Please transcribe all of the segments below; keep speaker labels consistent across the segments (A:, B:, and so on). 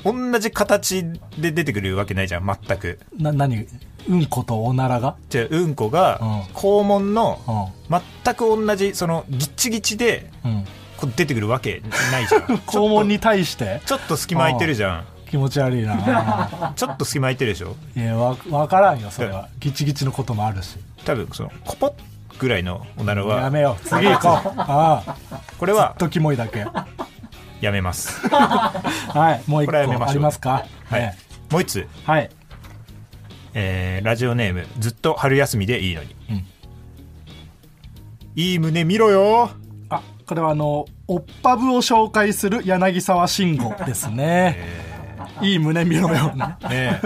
A: 同じ形で出てくるわけないじゃん全く
B: な、何うんことおならが
A: じゃあうんこが
B: うん
A: 肛門の
B: う
A: 全く同じそのギッチギチで
B: うん。
A: こう出てくるわけないじ ゃん
B: 肛門に対して
A: ちょっとちょっと隙間空いてるじゃ
B: 気持ち悪い な
A: んちょっと隙間空いてるでしょ
B: いやわ分からんよそれはギチギチのこともあるし
A: 多分そのコポッぐらいのおなら
B: や
A: は
B: めよう次行こうああ
A: これは
B: とキモいだけ
A: やめます
B: はいもう一
A: こ
B: 個
A: れはやめましょう
B: ありますか
A: はい、
B: ね
A: もう一つ、
B: はい
A: えーラジオネームずっと春休みでいいのに、
B: うん
A: いい胸見ろよ
B: あこれはあのおっぱぶを紹介する柳沢慎吾で すね、いい胸見ろよ、ね、
A: ねえ、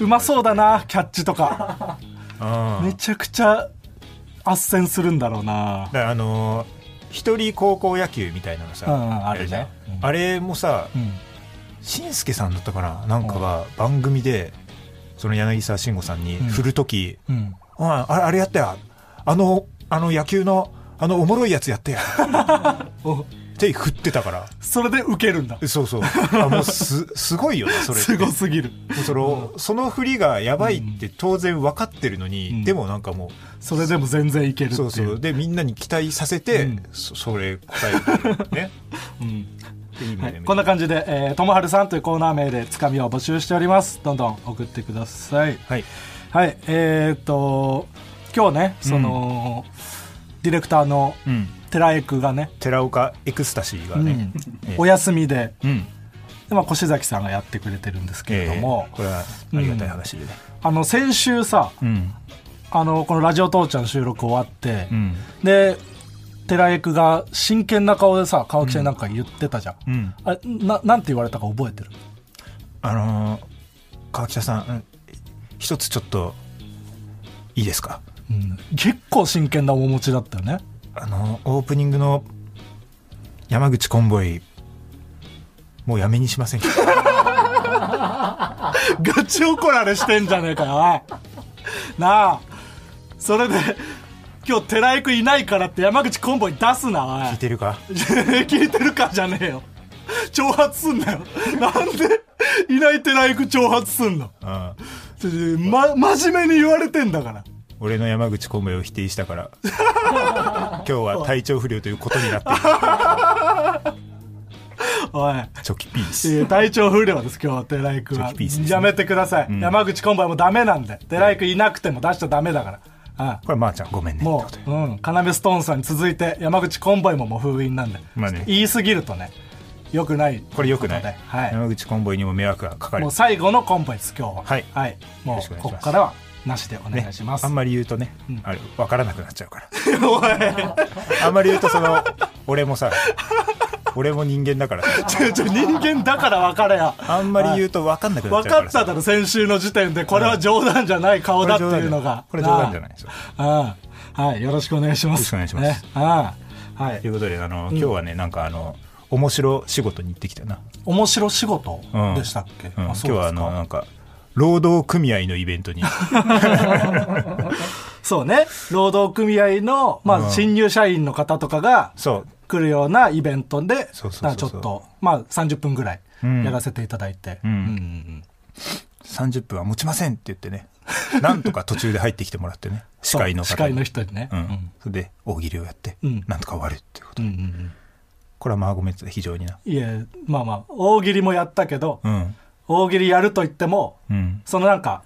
B: うまそうだなキャッチとか
A: うん、
B: めちゃくちゃ斡旋するんだろうな
A: だからあのー一人高校野球みたいなのさ、
B: うんうんあるね
A: じゃん
B: うん
A: あれもさ
B: うん
A: しんすけさんだったかななんかが番組でその柳沢慎吾さんに振る時「
B: うん
A: うんあれあれやってやあのあの野球のあのおもろいやつやってや」
B: お
A: って振ってたから
B: それで受けるんだ
A: そうそうあもうす すごいよねそれって
B: すごすぎる
A: もうそのその振りがやばいって当然分かってるのに、
B: うん
A: でもなんかも
B: それでも全然いけるっ
A: う
B: ていう
A: そうそうでみんなに期待させて、
B: うん
A: そそれ答えてるね
B: うん
A: でいい
B: はい
A: ね
B: こんな感じで、えー、ともはるさんというコーナー名でつかみを募集しております。どんどん送ってください。
A: はい
B: はい、えっ、と、今日ね、その、ディレクターの
A: うん
B: 寺江くがね、
A: 寺岡エクスタシーがね、ええ
B: お休みで、
A: うん
B: でまあ、越崎さんがやってくれてるんですけれ
A: え
B: ど
A: え
B: も、
A: これはありがたい話でね
B: あの、先週さ、
A: うん
B: あの、このラジオ父ちゃん収録終わって、
A: うん
B: で、寺江くが真剣な顔でさ、川木ちゃんになんか言ってたじゃ
A: う
B: ん。
A: ん
B: あれな、なんて言われたか覚えてる
A: あのー川北さんうん一つちょっといいですか
B: うん結構真剣な面持ちだったよね。
A: あのーオープニングの山口コンボイもうやめにしませんか
B: ガチ怒られしてんじゃねえかよ、おい。なあ、それで、今日寺井くんいないからって山口コンボに出すな、おい
A: 聞い。てる か
B: 聞いてるかじゃねえよ。挑発すんなよ。なんで、いない寺井くん挑発すんの。
A: うん
B: ちょちょま、真面目に言われてんだから。
A: 俺の山口コンボイを否定したから 今日は体調不良ということになって いる
B: おい。
A: チョキピー
B: い
A: ス
B: や体調不良です、今日は寺井くん
A: ちょっ
B: は
A: とピースです。ね
B: やめてください。山口コンボはもうダメなんで。寺井くんいなくても出しちゃダメだから。うん。
A: これまー、ちゃんごめんねって
B: も
A: ことで
B: う、うん、要ストーンさんに続いて山口コンボイももう封印なんで、
A: まあね
B: 言いすぎるとね良くない
A: これよくない、
B: はい
A: 山口コンボイにも迷惑がかかる
B: もう最後のコンボイです今日は
A: はい
B: も
A: よろ
B: う
A: しくお願いし
B: こ
A: ます
B: こからはなしでお願いします、
A: あんまり言うとね、あれ分からなくなっちゃうからあんまり言うとその俺もさ俺も人間だから さ
B: ちょちょ人間だから分からや
A: あんまり言うと分かんなくなっち
B: 分
A: ゃ
B: か
A: うから
B: っただろ先週の時点でこれは冗談じゃない顔だっていうのが
A: これ冗談じゃないですよ
B: ああはいよろしくお願いします
A: よろしくお願いします
B: ねああは
A: とい
B: いう
A: ことであの今日はねなんかあの面白仕事に行ってきたな、
B: 面白仕事
A: うん
B: でしたっけ、
A: うん
B: あ
A: 今
B: そ
A: 日
B: うで
A: は
B: す
A: あ
B: か
A: のなんか労働組合のイベントに
B: そうね労働組合の、まあ、新入社員の方とかが
A: そう
B: 来るようなイベントで
A: そうそうそうそう
B: なんかちょっと、まあ、30分ぐらいやらせていただいて、
A: 30分は持ちませんって言って ねなんとか途中で入ってきてもらってね司会の
B: そう司
A: 方
B: 会
A: に
B: の人にね、
A: うんそれで大喜利をやって、
B: ん
A: なんとか終わるっていうこと、
B: うんうんうん
A: これはまあごめんなさい非常にない
B: えまあまあ大喜利もやったけど、
A: うん
B: 大喜利やると言っても
A: うん
B: そのなんか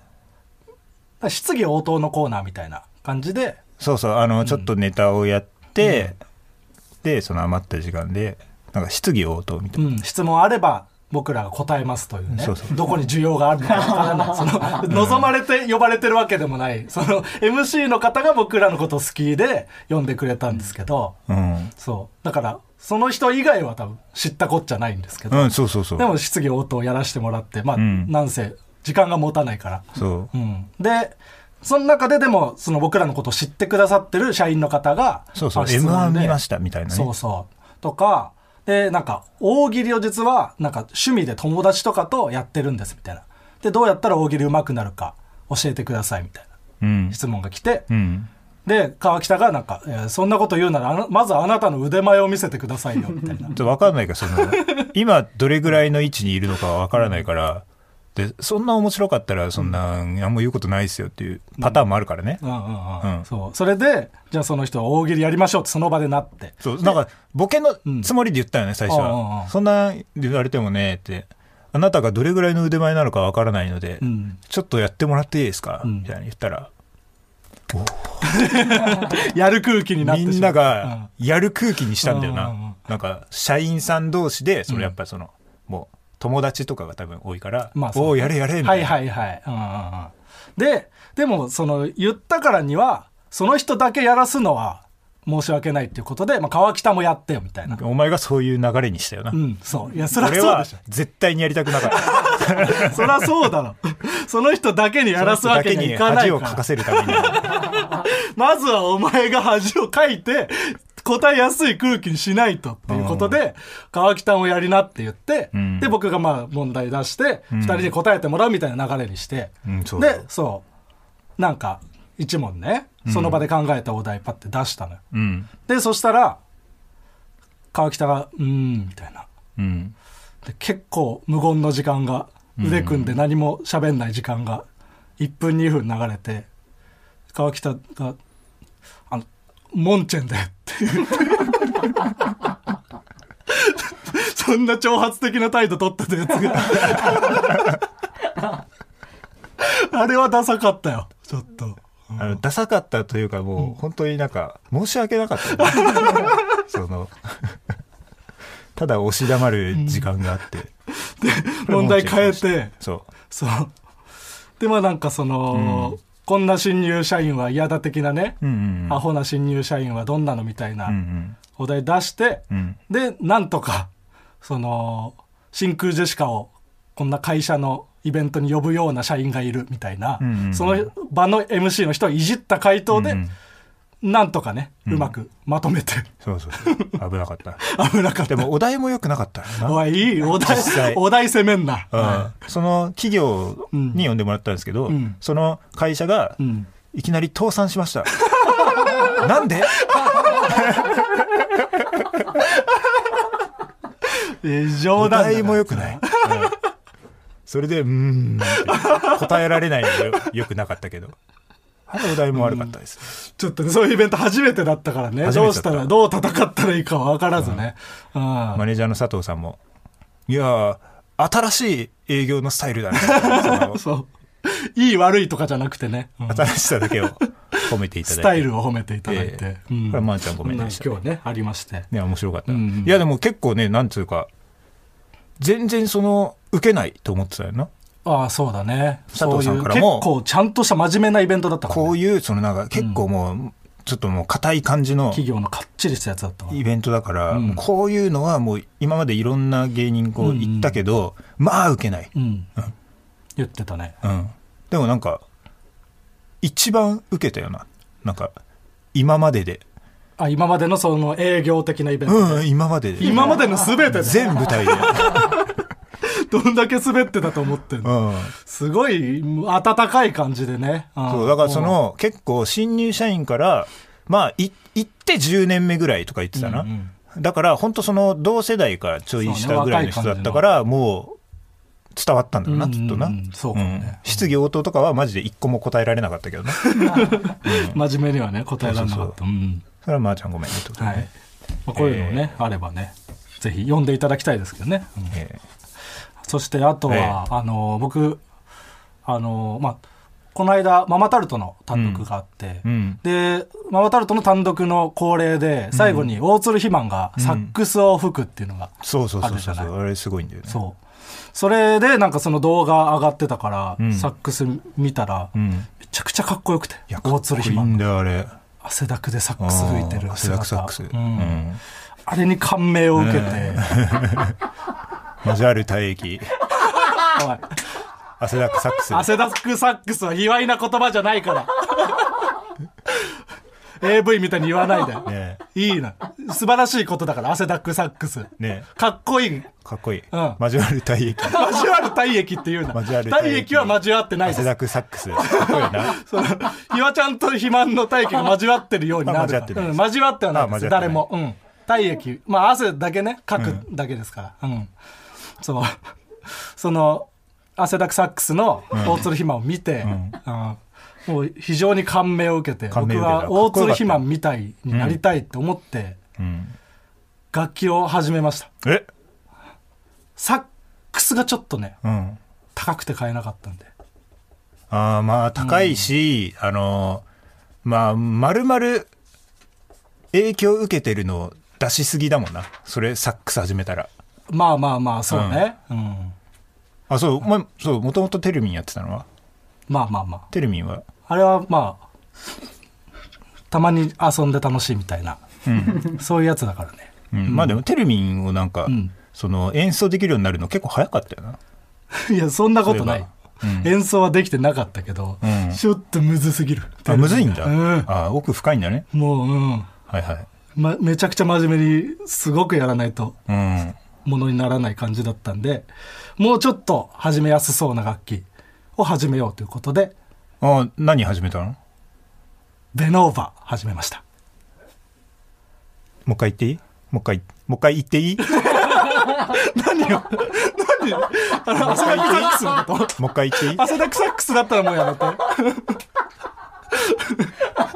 B: 質疑応答のコーナーみたいな感じで
A: そうそうあのちょっとネタをやって、でその余った時間でなんか質疑応答みたいな、
B: うん、質問あれば僕らが答えますというね
A: そうそう
B: どこに需要があるのかわから ないその望まれて呼ばれてるわけでもないその MC の方が僕らのこと好きで呼んでくれたんですけど、
A: うん
B: そうだからその人以外は多分知ったこっちゃないんですけど、
A: うん、そうそうそう
B: でも質疑応答やらせてもらってまあ、
A: ん
B: なんせ時間が持たないから、
A: そう
B: う、ん、でその中ででもその僕らのことを知ってくださってる社員の方が
A: そうそう
B: あ質問
A: M1
B: で
A: 見ましたみたいなね
B: そうそう。とか、で、なんか、大喜利を実は、なんか、趣味で友達とかとやってるんです、みたいな。で、どうやったら大喜利上手くなるか、教えてください、みたいな
A: うん
B: 質問が来て、
A: うん
B: で、川北がなんか、えーそんなこと言うなら、あのまずあなたの腕前を見せてくださいよ、みた いな
A: ちょっ。と分かんないから その今どれぐらいの位置にいるのかは分からないからでそんな面白かったらそんな何も言うことないですよっていうパターンもあるからね、
B: うんうんうん。
A: うん
B: そう。それで、じゃあその人は大喜利やりましょうって、その場でなって。
A: そうなんかボケのつもりで言ったよね、最初
B: うんうんう
A: は
B: ん
A: そんな言われてもねってあなたがどれぐらいの腕前なのか分からないので、
B: ん
A: ちょっとやってもらっていいですか、みたいに言ったら
B: やる空気になってし
A: み
B: まうん
A: ながやる空気にしたんだよな、
B: うんうんうん
A: なんか社員さん同士でそのやっぱりその、もう友達とかが多分多いから「
B: まあそう
A: おおやれやれ」みたいな、
B: はいはいはい。うんうんうん、で、でも、その、言ったからには、その人だけやらすのは申し訳ないっていうことで、まあ、川北もやってよみたいな。
A: お前がそういう流れにしたよな、
B: うん、そう。いや、そりゃ
A: 俺
B: そう
A: は
B: でし
A: 絶対にやりたくなかった
B: ょ。そりゃそうだろ。 その人だけにやらすわけ
A: だ
B: に
A: に
B: いかな
A: 恥
B: いか
A: をからか。せるために
B: まずはお前が恥をかいて、答えやすい空気にしないとっていうことで、川北もやりなって言って、
A: ん
B: で、僕がまあ問題出して、二、人で答えてもらうみたいな流れにして、
A: うんそうだよ
B: で、そう、なんか、一問ね、その場で考えたお題パって出したのよ。
A: うん
B: で、そしたら、川北が、うーん、みたいな。
A: うん
B: で結構無言の時間が腕組んで何も喋んない時間が1分2分流れて川北が「あのモンチェンで」って 言ってそんな挑発的な態度取ってたやつが あれはダサかったよちょっと
A: あのダサかったというかもう本当になんか申し訳なかった、 その ただ押し黙る時間があって、
B: 問題変えて
A: そう
B: そうでまあなんかその、こんな新入社員は嫌だ的なね、
A: うんうん
B: アホな新入社員はどんなのみたい
A: うんう
B: なんお題出して、
A: うん
B: でなんとかその真空ジェシカをこんな会社のイベントに呼ぶような社員がいるみたいな、
A: んうん
B: その場の MC の人をいじった回答で、
A: うん
B: なんとかねうまくまとめて、
A: そうそうそう危なかった
B: 危なかっ
A: で
B: た。
A: もお題も良くなかったよな
B: おいいいお題
A: 実際
B: お題攻めんな、は
A: うんその企業に呼んでもらったんですけど、
B: ん
A: その会社が
B: ん
A: いきなり倒産し ました。なんで
B: いえー冗
A: お
B: 談だから
A: 題も良くない。うんそれで、うーんって答えられないのがよよくなかったけど。あれお題も悪かったです。
B: ちょっとねそういうイベント初めてだったからね
A: 初め
B: ど
A: てだ
B: うし
A: った
B: たらどう戦ったらいいかは分からずね、うん
A: マネージャーの佐藤さんも、いやー、新しい営業のスタイルだ ね。そ
B: そういい悪いとかじゃなくてね、うん
A: の新しさだけを褒めていただいて。
B: スタイルを褒めていただい
A: え
B: て、
A: えこれはまあちゃんごめん
B: な
A: な
B: 今
A: さい
B: 日はねありまして
A: ね、面白かった。
B: んうん
A: いや、でも結構ね、なんつうか、全然その受けないと思ってたよな
B: ああ、そうだね。
A: 佐藤さんから
B: そういう
A: も
B: 結構ちゃんとした真面目なイベントだったからね、
A: こういうそのなんか結構もうちょっともう硬い感じの
B: 企業のかっちりしたやつだったわ
A: イベントだから、
B: うん
A: もうこういうのはもう今までいろんな芸人こう行ったけど、まあ受けない、
B: うん。言ってたね。
A: うん、でもなんか一番受けたよななんか今までで
B: あ、今までのその営業的なイベント。
A: うん今までで
B: 今までの全てで、
A: 全舞台で、
B: どんだけ滑ってたと思ってん
A: う
B: の
A: ん、
B: すごい温かい感じでね。うん
A: そうだからそ、の結構新入社員からまあい行って10年目ぐらいとか言ってたな、
B: うん
A: だから本当その同世代からちょい
B: そう
A: 下
B: ね
A: ぐらいの人だったからもう伝わったんだろうな
B: うんうんう
A: き
B: ん
A: っとな、
B: そうかもね
A: うん質疑応答とかはマジで一個も答えられなかったけどね
B: 真面目にはね、答えられなか
A: そ
B: っ
A: う
B: た。うん
A: それはまあちゃんごめんねってこと
B: は
A: ね、
B: い。まあこういうのね、あればね、ぜひ読んでいただきたいですけどね。うん
A: え
B: そしてあとは、
A: ええ
B: あの僕あの、まあ、この間ママタルトの単独があって、
A: ーうん
B: でママタルトの単独の恒例で最後に大鶴ひまんがサックスを吹くっていうのが、
A: そうそうそうそう
B: あるじゃ
A: あれすごいんだよね
B: そうそれでなんかその動画上がってたから、
A: ん
B: サックス見たら、
A: うん、い
B: めちゃくちゃかっこよくて
A: やか
B: 大
A: っこ
B: 鶴ひ
A: いい
B: まん
A: ん
B: が
A: だよあれ
B: 汗だくでサックス吹いてる
A: スラ
B: 姿
A: クサックス、
B: うんあれに感銘を受けて、
A: マジャール体液
B: おい
A: 汗だくサックス
B: 汗だくサックスは卑猥な言葉じゃないから。AV みたいに言わないで。
A: ね
B: いいな。素晴らしいことだから、汗だくサックス。
A: ね
B: かっこいい。
A: かっこいい、
B: ん
A: マジャール体液
B: 交わる体液っていうな。
A: 交わる体液
B: 体液は交わってないで
A: 汗
B: す。
A: だくサックスかっこいいな
B: その、ひわちゃんと肥満の体液が交わってるようになるから。
A: あ交わってない
B: うん、交わってはないで
A: あ
B: す。
A: 交わってな
B: 誰
A: い
B: も。うん。体液。まあ、汗だけね、かくだけですから。うん。そう。 その、汗だくサックスの大鶴ひまを見て、うんもう非常に感銘を受けて、
A: 感銘を
B: 僕
A: 受けた
B: は大鶴ひまみたいになりたいって思って、
A: うん
B: 楽器を始めました。
A: え
B: サックスがちょっとね、
A: うん
B: 高くて買えなかったんで。
A: あーまあ高いし、あのまあまるまる影響を受けてるのを出しすぎだもんなそれサックス始めたら
B: まあまあまあ、そうね。うん。
A: あそうお前そうもともとテルミンやってたのは
B: まあまあまあ。
A: テルミンは
B: あれはまあ、たまに遊んで楽しいみたいな、そういうやつだからね。
A: うんまあでもテルミンをなんか、
B: ん
A: その演奏できるようになるの結構早かったよな。
B: いや、そんなことない。
A: そういえばうん
B: 演奏はできてなかったけど、
A: うん
B: ちょっとむずすぎる。
A: あむずいんだ。
B: うん
A: あ奥深いんだね。
B: もう、うん、
A: はいはい。
B: ま。めちゃくちゃ真面目に、すごくやらないと、
A: うん。
B: ものにならない感じだったんで、もうちょっと始めやすそうな楽器を始めようということで、
A: あ何始めたのも
B: ベノーバ始め ました。
A: う一回言っていいもう一回、もう一回言って いい
B: あの、汗だくサックスのこと
A: もう一回言っていい
B: 汗だくサックスだったらもうやめて。
A: もう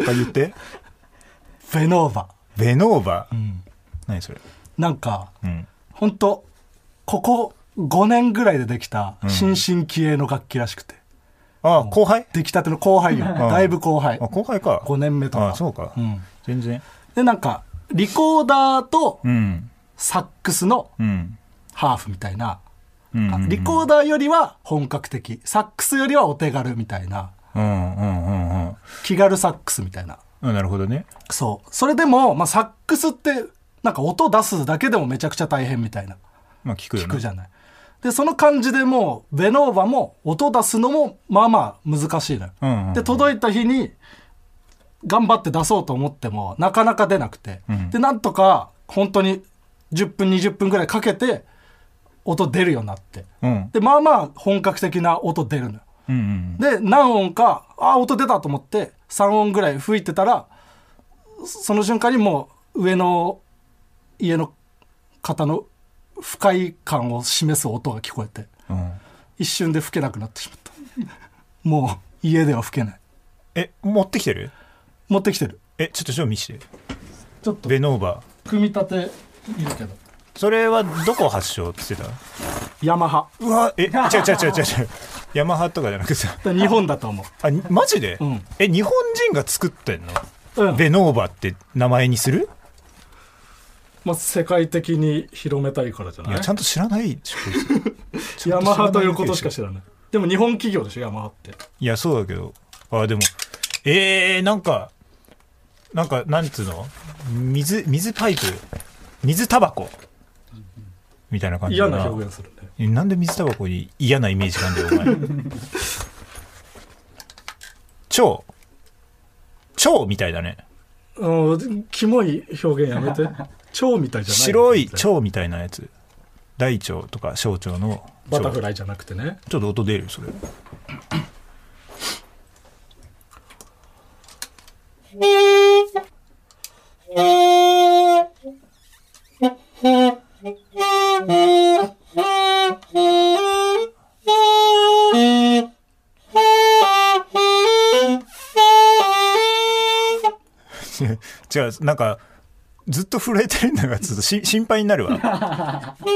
A: 一回言って。
B: ベノーバ。
A: ベノーバ。何それ。
B: なんか、
A: うん。
B: 本当ここ5年ぐらいでできた新進気鋭の楽器らしくて、
A: あ後輩
B: 出来たての後輩よ、だいぶ後輩
A: あ後輩か。
B: 5年目とか
A: あそうか。
B: うん
A: 全然。
B: でなんかリコーダーと
A: うん。
B: サックスの
A: うん。
B: ハーフみたいな、
A: うん。うん
B: リコーダーよりは本格的サックスよりはお手軽みたいな
A: うんうんうんうん
B: 気軽サックスみたいな
A: あ。なるほどね。
B: そうそれでも、まあ、サックスってなんか音出すだけでもめちゃくちゃ大変みたいな
A: まあ聞くよ
B: 聞
A: な
B: くじゃない。で、その感じでもう、ベノーバも音出すのも、まあまあ難しいのよ。
A: うんうんうん
B: で、届いた日に、頑張って出そうと思っても、なかなか出なくて。で、なんとか、本当に10分、20分ぐらいかけて、音出るようになって。
A: うん。
B: で、まあまあ本格的な音出るのよ。
A: うんうん。
B: で、何音か、ああ、音出たと思って、3音ぐらい吹いてたら、その瞬間にもう、上の家の方の不快感を示す音が聞こえて、
A: うん。
B: 一瞬で吹けなくなってしまった。 もう、家では吹けない。
A: え、持ってきてる
B: 持ってきてる。
A: え、ちょっとちょっと見して。
B: ちょっと、
A: ベノーバ。
B: 組み立ているけど。
A: それはどこ発祥って言ってた
B: ヤマハ。
A: うわ、え、違う違う違う違う違う。ヤマハとかじゃなくてさ。
B: 日本だと思
A: あ、にマジで、
B: ん
A: え、日本人が作ってんの
B: う。うん。
A: ベノーバって名前にする
B: まあ、世界的に広めたいからじゃない
A: いやちゃんと知らないでしょこいつちゃ ん
B: ヤ
A: 知らな
B: マ
A: わけでしょ
B: ハということしか知らないでも日本企業でしょヤマハって
A: いやそうだけどあでもえー、なんかなんかなんつうの水水パイプ水タバコみたいな感じ
B: 嫌
A: だ
B: な表現するね
A: えなんで水タバコに嫌なイメージなんだよお 前超超みたいだね
B: うんキモい表現やめ て蝶みたいじゃない
A: 白い蝶みたいなやつ大腸とか小腸の
B: バタフ
A: イ
B: ライじゃなくてね
A: ちょっと音出るよそれ 違うなんかずっと震えてるんだがちょっとし心配になるわ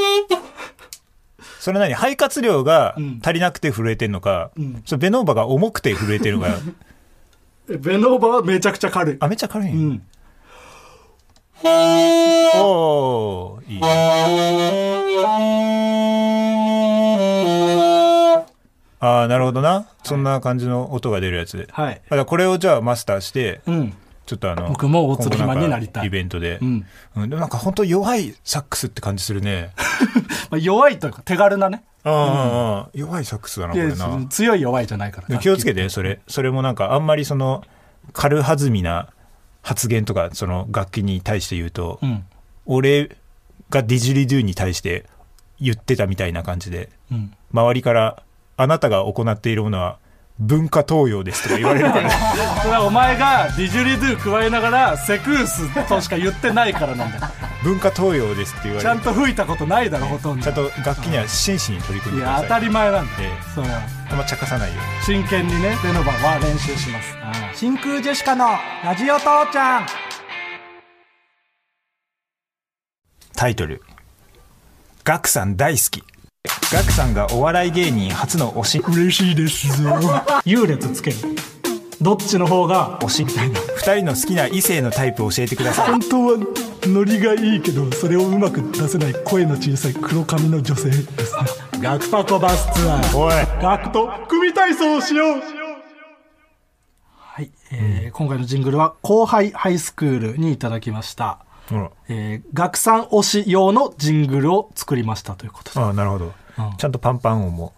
A: それ何肺活量が足りなくて震えてんのか、それベノーバが重くて震えてるのか
B: えベノーバはめちゃくちゃ軽い
A: あめっちゃ軽い、
B: うん
A: おーいいねああなるほどなそんな感じの音が出るやつで、
B: はい
A: だからこれをじゃあマスターして、
B: うん
A: ちょっとあの
B: 僕も大鶴肥満
A: 今後んか
B: になりたい
A: イベントで、
B: うん
A: うんでもなんか本当弱いサックスって感じするね
B: まあ、弱いというか手軽なね
A: うんうんうん弱いサックスだなこれ
B: いやその
A: な
B: 強い弱いじゃないから
A: 気をつけてそれそれもなんかあんまりその軽はずみな発言とかその楽器に対して言うと、
B: うん
A: 俺がディジュリドゥに対して言ってたみたいな感じで
B: うん
A: 周りから「あなたが行っているものは文化東洋です」とか言われるから ね
B: それはお前がディジュリドゥ加えながらセクースとしか言ってないからなんだよ
A: 文化東洋ですって言わ
B: ちゃ
A: れ
B: ん
A: る
B: と吹いたことないだろほとんど
A: ちゃんと楽器には真摯に取り組ん
B: い
A: でくだ
B: や
A: さい
B: 当たり前なんだよ、
A: ええ
B: それは
A: あんま茶化さないように
B: 真剣にねベノバは練習します真空ジェシカのラジオ父ちゃん
A: タイトル「ガクさん大好き」ガクさんがお笑い芸人初の推し嬉しいですぞ
B: 優劣つけるどっちの方が
A: 推しみたいな2人の好きな異性のタイプ教えてください
B: 本当はノリがいいけどそれをうまく出せない声の小さい黒髪の女性ですね ガクパコバスツアー
A: おい
B: ガクと組体操をしようはい、えー今回のジングルは後輩ハイスクールにいただきました、
A: ほら
B: えー、学産推し用のジングルを作りましたということで
A: ああなるほど、ちゃんとパンパン音も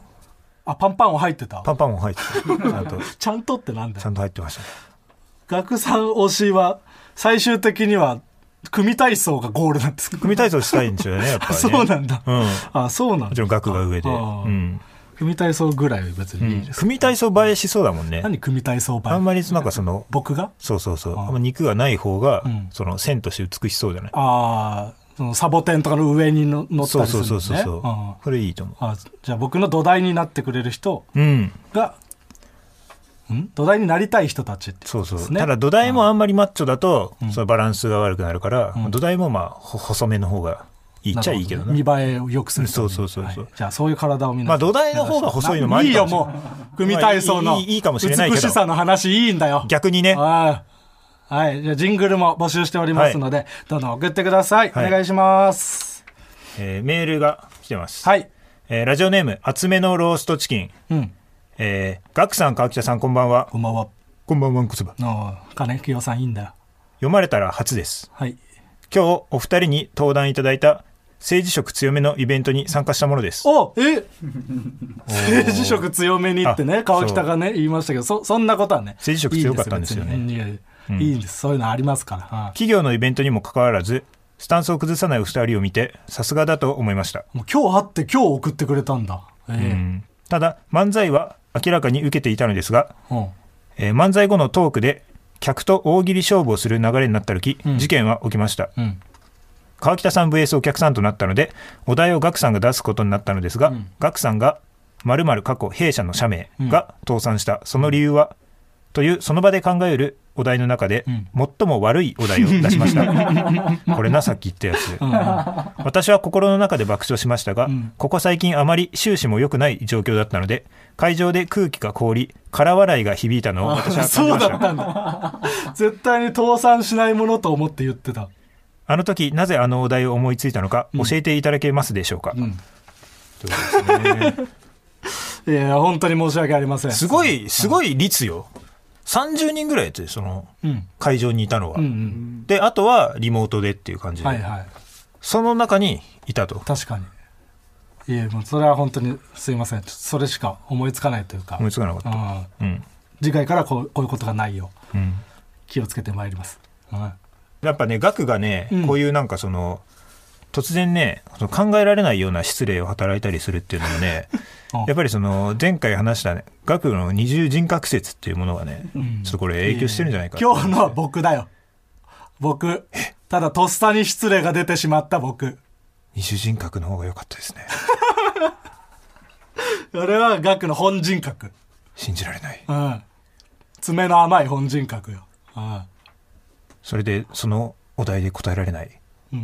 B: あパンパンを入ってた
A: パンパン音 入ってたちゃんと
B: ちゃんとってなんだ
A: ちゃ
B: よ
A: んと入ってましたね
B: 学産推しは最終的には組体操がゴールなんですか
A: 組体操したいんですよねやっぱり、ね、
B: そうなんだ、
A: うん
B: あそうなん
A: も
B: だ
A: ちろん額が上で、
B: あ
A: う
B: ー
A: ん、
B: 組体操ぐらいは別にいいです、
A: 組体操映えしそうだもんね
B: 何組体操
A: あん
B: 版
A: まりなんかその
B: 僕が
A: そうそうそうあんま肉がない方が、
B: ん
A: その線として美しそうじゃない
B: ああそのサボテンとかの上にの乗った
A: そう
B: りす
A: そ
B: る
A: うんそうそう
B: ね
A: そう、
B: うん
A: これいいと思
B: あじゃあ僕の土台になってくれる人
A: ううん
B: がん土台になりたい人たちって
A: そうそう、
B: ね
A: ただ土台もあんまりマッチョだと、そのバランスが悪くなるから、土台もまあほ細めの方がいいっちゃいいけど
B: な
A: ね
B: るほね見栄えを良くするために
A: そうそうそうそう
B: はいじゃあそういう体を見な
A: まあ土台の方が細いのもあり
B: いい
A: か
B: よ
A: もしれない
B: もう組体操
A: まあ
B: の
A: いいいいいいかもしれないけど
B: 美しさの話いいんだよ
A: 逆にね
B: ああはいじゃあジングルも募集しておりますので、どんどん送ってください、
A: はい
B: お願いします
A: えーメールが来てます、
B: はい
A: えーラジオネーム厚めのローストチキン、
B: うん
A: えー、ガクさん川北さんこんばんは
B: こんばんは
A: こんばんはこそば
B: の金清さんいいんだよ
A: 読まれたら初です
B: はい
A: 今日お二人に登壇いただいた政治色強めのイベントに参加したものです
B: おえ 政治色強めにってね
A: あ
B: 川北がね言いましたけどそそんなことはね
A: 政治色強かったんですよね
B: いいですよ別にうんいやいやいいんですそういうのありますから、
A: 企業のイベントにもかかわらずスタンスを崩さないお二人を見てさすがだと思いました
B: うんもう今日会って今日送ってくれたんだええ
A: ただ漫才は明らかに受けていたのですが、
B: うん
A: えー漫才後のトークで客と大喜利勝負をする流れになった時、事件は起きました、
B: ん
A: 川北さん VS お客さんとなったのでお題をガクさんが出すことになったのですが、ガクさんが「〇〇過去弊社の社名」が倒産した、その理由はというその場で考えるお題の中で、最も悪いお題を出しましたこれなさっき言ったやつ、私は心の中で爆笑しましたが、ここ最近あまり収支も良くない状況だったので会場で空気が凍り空笑いが響いたのを私は感じ
B: そう
A: まし
B: だったたんだ絶対に倒産しないものと思って言ってた
C: あの時なぜあのお題を思いついたのか教えていただけますでしょうか、ということですね
B: いや、本当に申し訳ありません。
A: すごい、すごい率よ。30人ぐらいやって、その、
B: うん。
A: 会場にいたのは。
B: うんうん。
A: で、あとはリモートでっていう感じで。
B: はいはい。
A: その中にいたと。
B: 確かに。いや、もうそれは本当にすいません。ちょっとそれしか思いつかないというか。
A: 思いつかなかった。
B: うん
A: うん。
B: 次回からこうこういうことがないよう
A: うん。
B: 気をつけてまいります。は
A: やっぱね、額がね、
B: うん
A: こういうなんかその、突然ね、その考えられないような失礼を働いたりするっていうのも ね
B: あ、
A: やっぱりその、前回話したね、額の二重人格説っていうものがね、ちょっとこれ影響してるんじゃない
B: い
A: か、
B: 今日のは僕だよ。僕。ただとっさに失礼が出てしまった僕。
A: 二重人格の方が良かったです ね。
B: それはガクの本人格。
A: 信じられない。
B: うん。爪の甘い本人格よ。うん。
A: それで、そのお題で答えられない、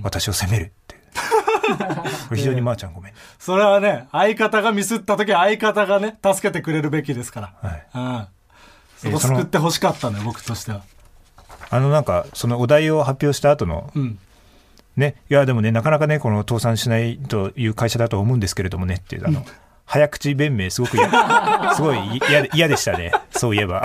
A: 私を責めるっていう。 これ非常にまーちゃんごめん。
B: それはね、相方がミスった時は相方がね、助けてくれるべきですから。
A: はい。
B: うん。そ
A: えー
B: こ
A: その
B: 救ってほしかったのよ、僕としては。
A: あのなんか、そのお題を発表した後の
B: うん。
A: ね、いや、でもね、なかなかね、この倒産しないという会社だと思うんですけれどもねっていう、あの、早口弁明、すごく嫌、 すごい嫌で嫌でしたね、そういえば。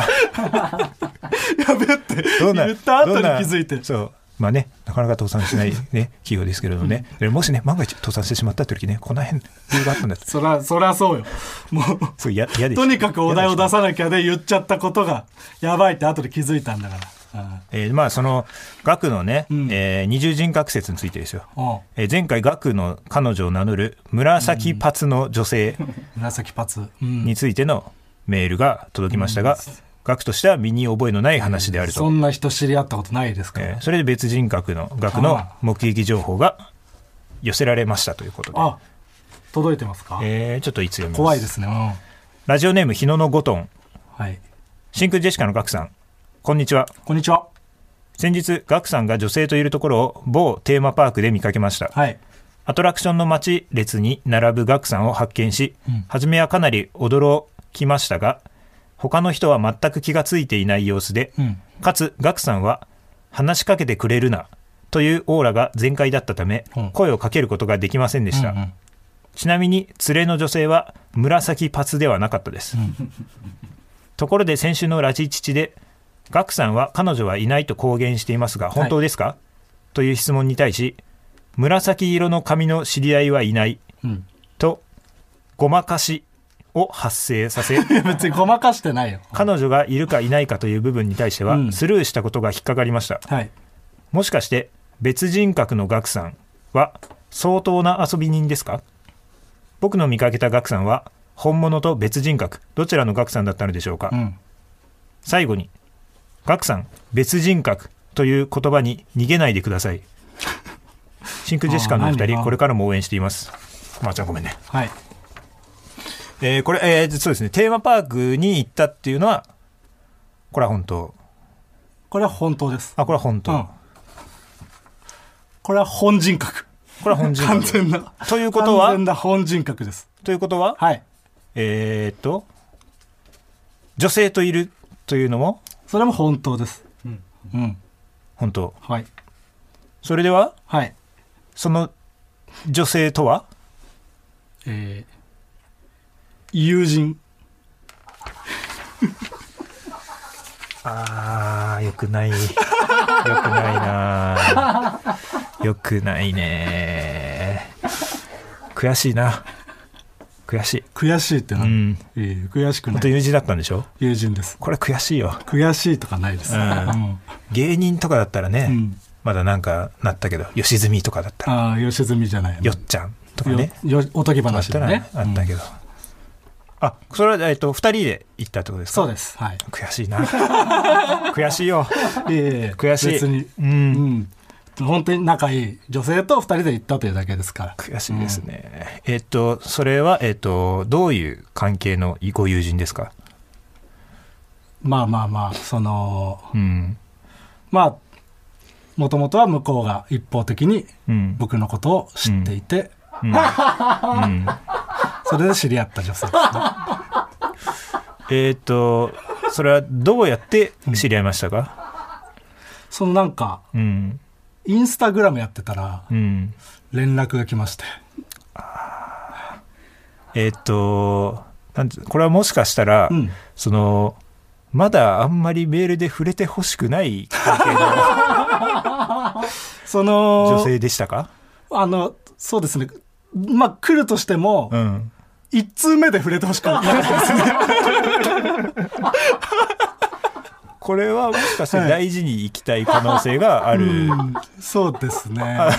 B: やべって、
A: どんな
B: 言った後に
A: どんな
B: 気づいて。
A: そう。まあね、なかなか倒産しない、ね、企業ですけれどもね、でもしね、万が一倒産してしまった時ね、この辺、理由があったんだって、
B: そら、そらそうよ。もう、
A: すごい嫌嫌でした。
B: とにかくお題を出
A: す。
B: さなきゃで言っちゃったことが、やばいって後で気づいたんだから。うん。
A: えーまあ、その、額のね、
B: ん
A: えー二重人格説についてですよ。
B: おう
A: えー前回、額の彼女を名乗る紫髪の女性、
B: 紫髪。うん。
A: についてのメールが届きましたが、額としては身に覚えのない話である
B: そ
A: と。
B: んな人知り合ったことないですから。
A: えーそれで別人格の額の目撃情報が寄せられましたということで。
B: あ、届いてますか、
A: えーちょっといつ読みます
B: 怖いですね。う
A: ラジオネーム日野のゴトン。
B: ん。はい。
A: 真空ジェシカの額さん。こんにちは。
B: こんにちは。
A: 先日、額さんが女性といるところを某テーマパークで見かけました。
B: はい。
A: アトラクションの待ち列に並ぶガクさんを発見し、初めはかなり驚きましたが、他の人は全く気がついていない様子で、
B: ん
A: かつガクさんは、話しかけてくれるな、というオーラが全開だったため、
B: うん
A: 声をかけることができませんでした。
B: うんうん
A: ちなみに、連れの女性は紫髪ではなかったです。ところで先週のラジチチで、ガクさんは彼女はいないと公言していますが、本当ですか、という質問に対し、紫色の髪の知り合いはいない、
B: ん
A: と、ごまかしを発生さ せ、
B: いや別にごまかしてないよ。
A: 彼女がいるかいないかという部分に対して
B: う
A: は、
B: ん
A: スルーしたことが引っかかりました。
B: はい。
A: もしかして、別人格のガクさんは相当な遊び人ですか僕の見かけたガクさんは、本物と別人格、どちらのガクさんだったのでしょうか、
B: うん。
A: 最後に、ガクさん、別人格という言葉に逃げないでくださ い。真空ジェシカのお
B: あ
A: 二
B: ー何
A: 人、
B: が
A: これからも応援しています。まー、ちゃんごめんね。
B: はい。
A: えーこれ、えーそうですね、テーマパークに行ったっていうのは、これは本当。
B: これは本当です。
A: あ、これは本当。
B: うんこれは本人格。
A: これは本人
B: 完
A: 格。
B: 全な。
A: ということは
B: 完全な本人格です。
A: ということは、
B: はい。
A: えーっと、女性といるというのも
B: それも本当です。うん。
A: 本当。
B: はい。
A: それでは、
B: はい。
A: その女性とは
B: えー、友人。
A: あー、よくない。よくないなよくないね悔しいな。悔しい。
B: 悔しいってな。
A: う。
B: うん悔しくな
A: 本当
B: い。
A: 友人だったんでしょ
B: 友人です。
A: これ悔しいよ。
B: 悔しいとかないです。
A: うん
B: うん
A: 芸人とかだったらね、
B: うん
A: まだなんかなったけど、吉住とかだったら、
B: ああ、吉住じゃない。
A: よっちゃんとかね。
B: よよおとぎ
A: あっ
B: 話
A: た
B: だ
A: ら
B: ね。
A: あったけど。あ、それは、えっと、二人で行ったってことですか
B: そうです。はい。
A: 悔しいな。悔しいよ。
B: ええ
A: 悔しい
B: 別に。
A: う。
B: うんん。本当に仲いい女性と二人で行ったというだけですから。
A: 悔しいですね。えっと、それは、えっと、どういう関係のご友人ですか
B: まあまあまあ、その、
A: うん。
B: まあ、もともとは向こうが一方的に
A: うん。
B: 僕のことを知っていて、
A: うんうん
B: それで知り合った女性ですね。
A: えっと、それはどうやって知り合いましたか
B: そのなんか、
A: うん。
B: インスタグラムやってたら
A: うん。
B: 連絡が来まして
A: えーっと、なんてこれはもしかしたら、
B: うん
A: その、まだあんまりメールで触れてほしくない関係の
B: その
A: 女性でしたか
B: あのそうですねまあ来るとしても、
A: うん。
B: 一通目で触れてほしくないです ね
A: これはもしかして大事に行きたい可能性がある。
B: うんそうですね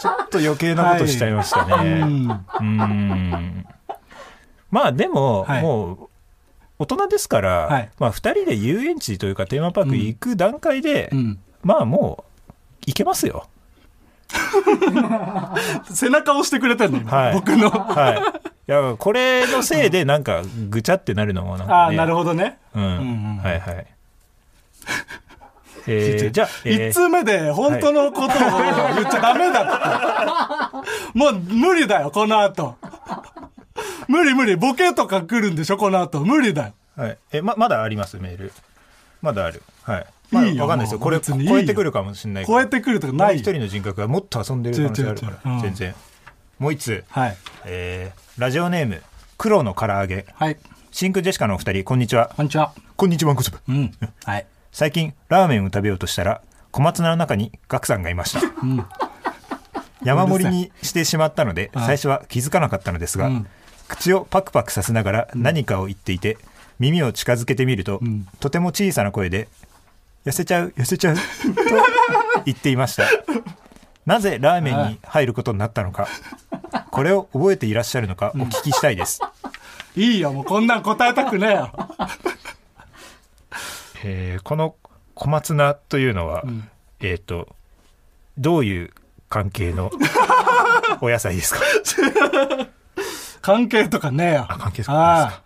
A: ちょっと余計なことしちゃいましたね。
B: うん
A: うんまあでも、
B: はい
A: もう大人ですから、
B: はい
A: まあ、2人で遊園地というかテーマパーク行く段階で、
B: うん
A: まあもう行けますよ。
B: 背中押してくれてるの、今
A: はい
B: 僕の
A: はい、いやこれのせいでなんかぐちゃってなるのもなん
B: あ
A: か、
B: あ
A: ね、
B: なるほどね
A: うん
B: うんうん
A: はい はい。えーじゃあ、えー
B: 一通目で本当のことを言っちゃダメだっ て。もう無理だよ、この後。無理無理、ボケとか来るんでしょ、この後。無理だよ。
A: はい、えままだありますメールまだあるはい、まあ、
B: いいよ
A: わかんないですよ
B: もう
A: これ
B: 別にいいよ
A: 超えてくるかもしれないから
B: 超えてくるとかない
A: もう一人の人格がもっと遊んでる可能性があるか
B: 違う違う違
A: ら
B: う
A: 全然もう一通、
B: はい。
A: えーラジオネーム黒の唐揚げ
B: はい。
A: シンクジェシカのお二人こんにちは
B: こんにちは。
A: こんにちはこそ
B: うん。はい。
A: 最近ラーメンを食べようとしたら小松菜の中にガクさんがいました、山盛りにしてしまったので最初は気づかなかったのですが、
B: うん
A: 口をパクパクさせながら何かを言っていて、耳を近づけてみると、とても小さな声で「痩せちゃう痩せちゃう」と言っていましたなぜラーメンに入ることになったのかこれを覚えていらっしゃるのかお聞きしたいです、
B: いいよ、もうこんなん答えたくねえ よ。
A: えーこの小松菜というのは、えっ、とどういう関係 のお野菜ですか
B: 関係とかねえよ。
A: あ関係ですか
B: ああ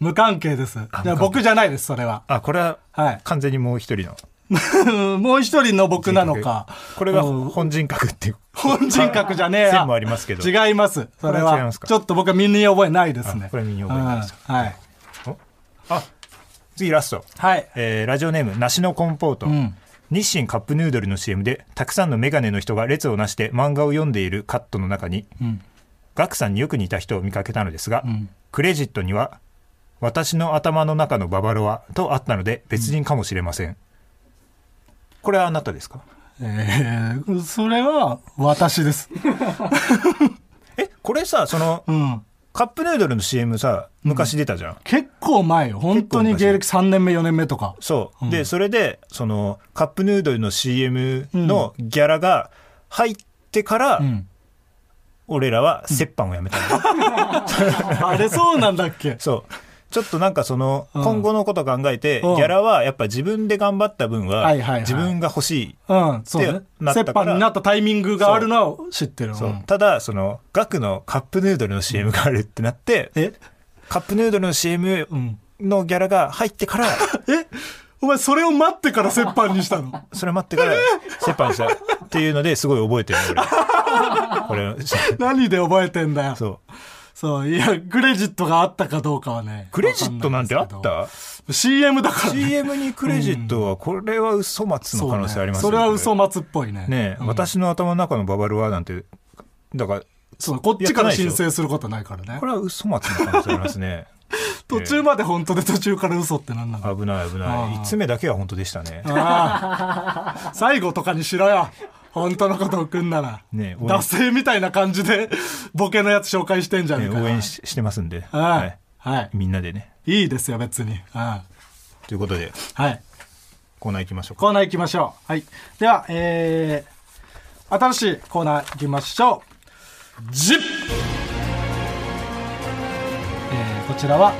B: 無関係です。いや、
A: 係
B: 僕じゃないです、それは。
A: あこれは
B: はい。
A: 完全にもう一人の
B: もう一人の僕なのか。
A: これが
B: うん
A: 本人格っていう
B: 本人格じゃねえ
A: 線
B: や。
A: もありますけど
B: 違います。そ
A: こ
B: れ
A: れは違い
B: は。
A: ますか
B: ちょっと僕は身に覚えないですね
A: あ。これは身に覚えないです
B: うんはい。
A: あ次ラスト、
B: はい。
A: えーラジオネーム梨のコンポート、
B: ん
A: 日清カップヌードルの CM でたくさんのメガネの人が列をなして漫画を読んでいるカットの中に、ガクさんによく似た人を見かけたのですが、クレジットには「私の頭の中のババロア」とあったので別人かもしれません、これはあなたですか
B: えー、それは私です。
A: えこれさその、
B: うん。
A: カップヌードルの CM さ昔出たじゃん、
B: 結構前よ。本当に芸歴3年目、4年目とか。
A: そう、でそれでそのカップヌードルの CM のギャラが入ってから、
B: ん
A: 俺らは折半をやめたの、
B: あれそうなんだっ け
A: そうちょっとなんかその、今後のこと考えて、
B: うん
A: ギャラはやっぱ自分で頑張った分は、
B: はいはいはい
A: 自分が欲しい
B: うん、そうね
A: って。なった
B: 折
A: から
B: 半になったタイミングがあるのを知ってる。
A: そううんただその額のカップヌードルの CM があるってなって、
B: え
A: カップヌードルの CM
B: ん
A: のギャラが入ってから
B: えお前それを待ってから折半に したの
A: それ待ってから折半したっていうのですごい覚えてるの俺これ
B: 何で覚えてんだよ。そう。
A: そう
B: いや、クレジットがあったかどうかはね。
A: クレジットなんてあっ
B: わかんない
A: た
B: ですけど ?CM だからね、
A: CM にクレジットはこれは嘘松の可能性あります
B: そ
A: ね
B: うねそれは嘘松っぽいね。
A: ねえ、私の頭の中のババロアなんてだから
B: そう、こっちから
A: やってないで
B: 申
A: しょ
B: 請することないからね
A: こ。れは嘘松の可能性あります ね
B: 途中まで本当で途中から嘘ってなんなの
A: 危ない危ない
B: あー
A: 1つ目だけは本当でしたね
B: 最後とかにしろよ本当のこと送んなら、
A: ねえ応援
B: 惰性みたいな感じでボケのやつ紹介してんじゃね
A: ね
B: えか
A: 応援ししてますんで、
B: は
A: はいい、、
B: はい
A: みんなでね
B: い、いですよ別にあ
A: ということで
B: あはい
A: コーナー行きましょうか
B: コーナー行きましょうはいではえー、新しいコーナー行きましょう「ジップえーこちらは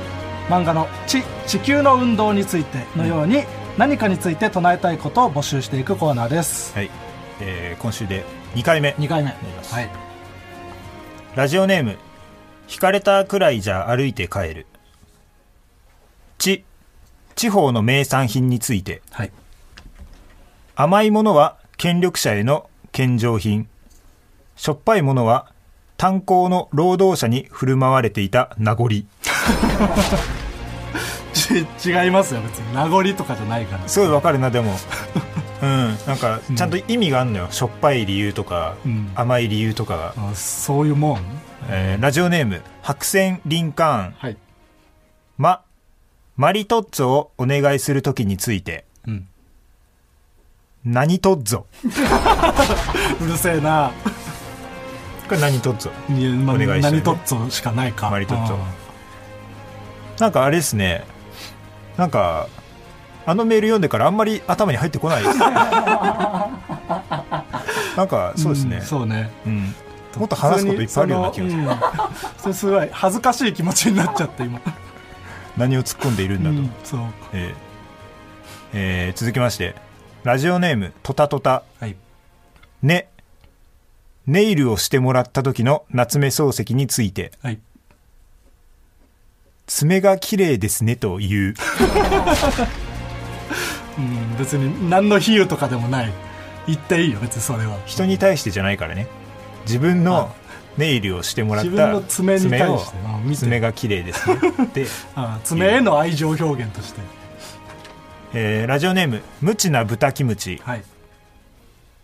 B: 漫画の地「地球の運動」についてのように、何かについて唱えたいことを募集していくコーナーです、
A: はい、えー今週で2回目
B: 二回目
A: ります
B: はい
A: ラジオネーム「引かれたくらいじゃ歩いて帰る」地地方の名産品について
B: はい
A: 甘いものは権力者への献上品しょっぱいものは炭鉱の労働者に振る舞われていた名残
B: ち違いますよ別に名残とかじゃないから
A: すごいわかるなでもうん、なんかちゃんと意味があるのよ、しょっぱい理由とか、
B: うん
A: 甘い理由とかが、
B: あそういう もん
A: えーラジオネーム白線リンカーン
B: はい
A: まマリトッツォをお願いするときについて、
B: ん
A: 何トッツォ
B: うるせえな
A: これ何トッツォ
B: いや、まあ、
A: お願いしたいね
B: 何とっつしかないか
A: マリトッツォ
B: うん
A: なんかあれですねなんかあのメール読んでからあんまり頭に入ってこないです ねなんかそうです
B: ん
A: ね、
B: そうね
A: うんもっと話すこといっぱいあるような気がする、
B: がする、それすごい恥ずかしい気持ちになっちゃって今、
A: 何を突っ込んでいるんだ
B: う
A: と、
B: ん、そう
A: えーえー続きましてラジオネームトタトタ
B: はい
A: ねネイルをしてもらった時の夏目漱石について
B: はい
A: 爪が綺麗ですねという
B: うん別に何の比喩とかでもない言っていいよ別にそれは
A: 人に対してじゃないからね自分のネイルをしてもらっ
B: 自分
A: た
B: の爪に対して
A: 爪を
B: うん見て
A: 爪が綺麗 ですねって、
B: あ爪への愛情表現として
A: えーラジオネーム無知な豚キムチ
B: はい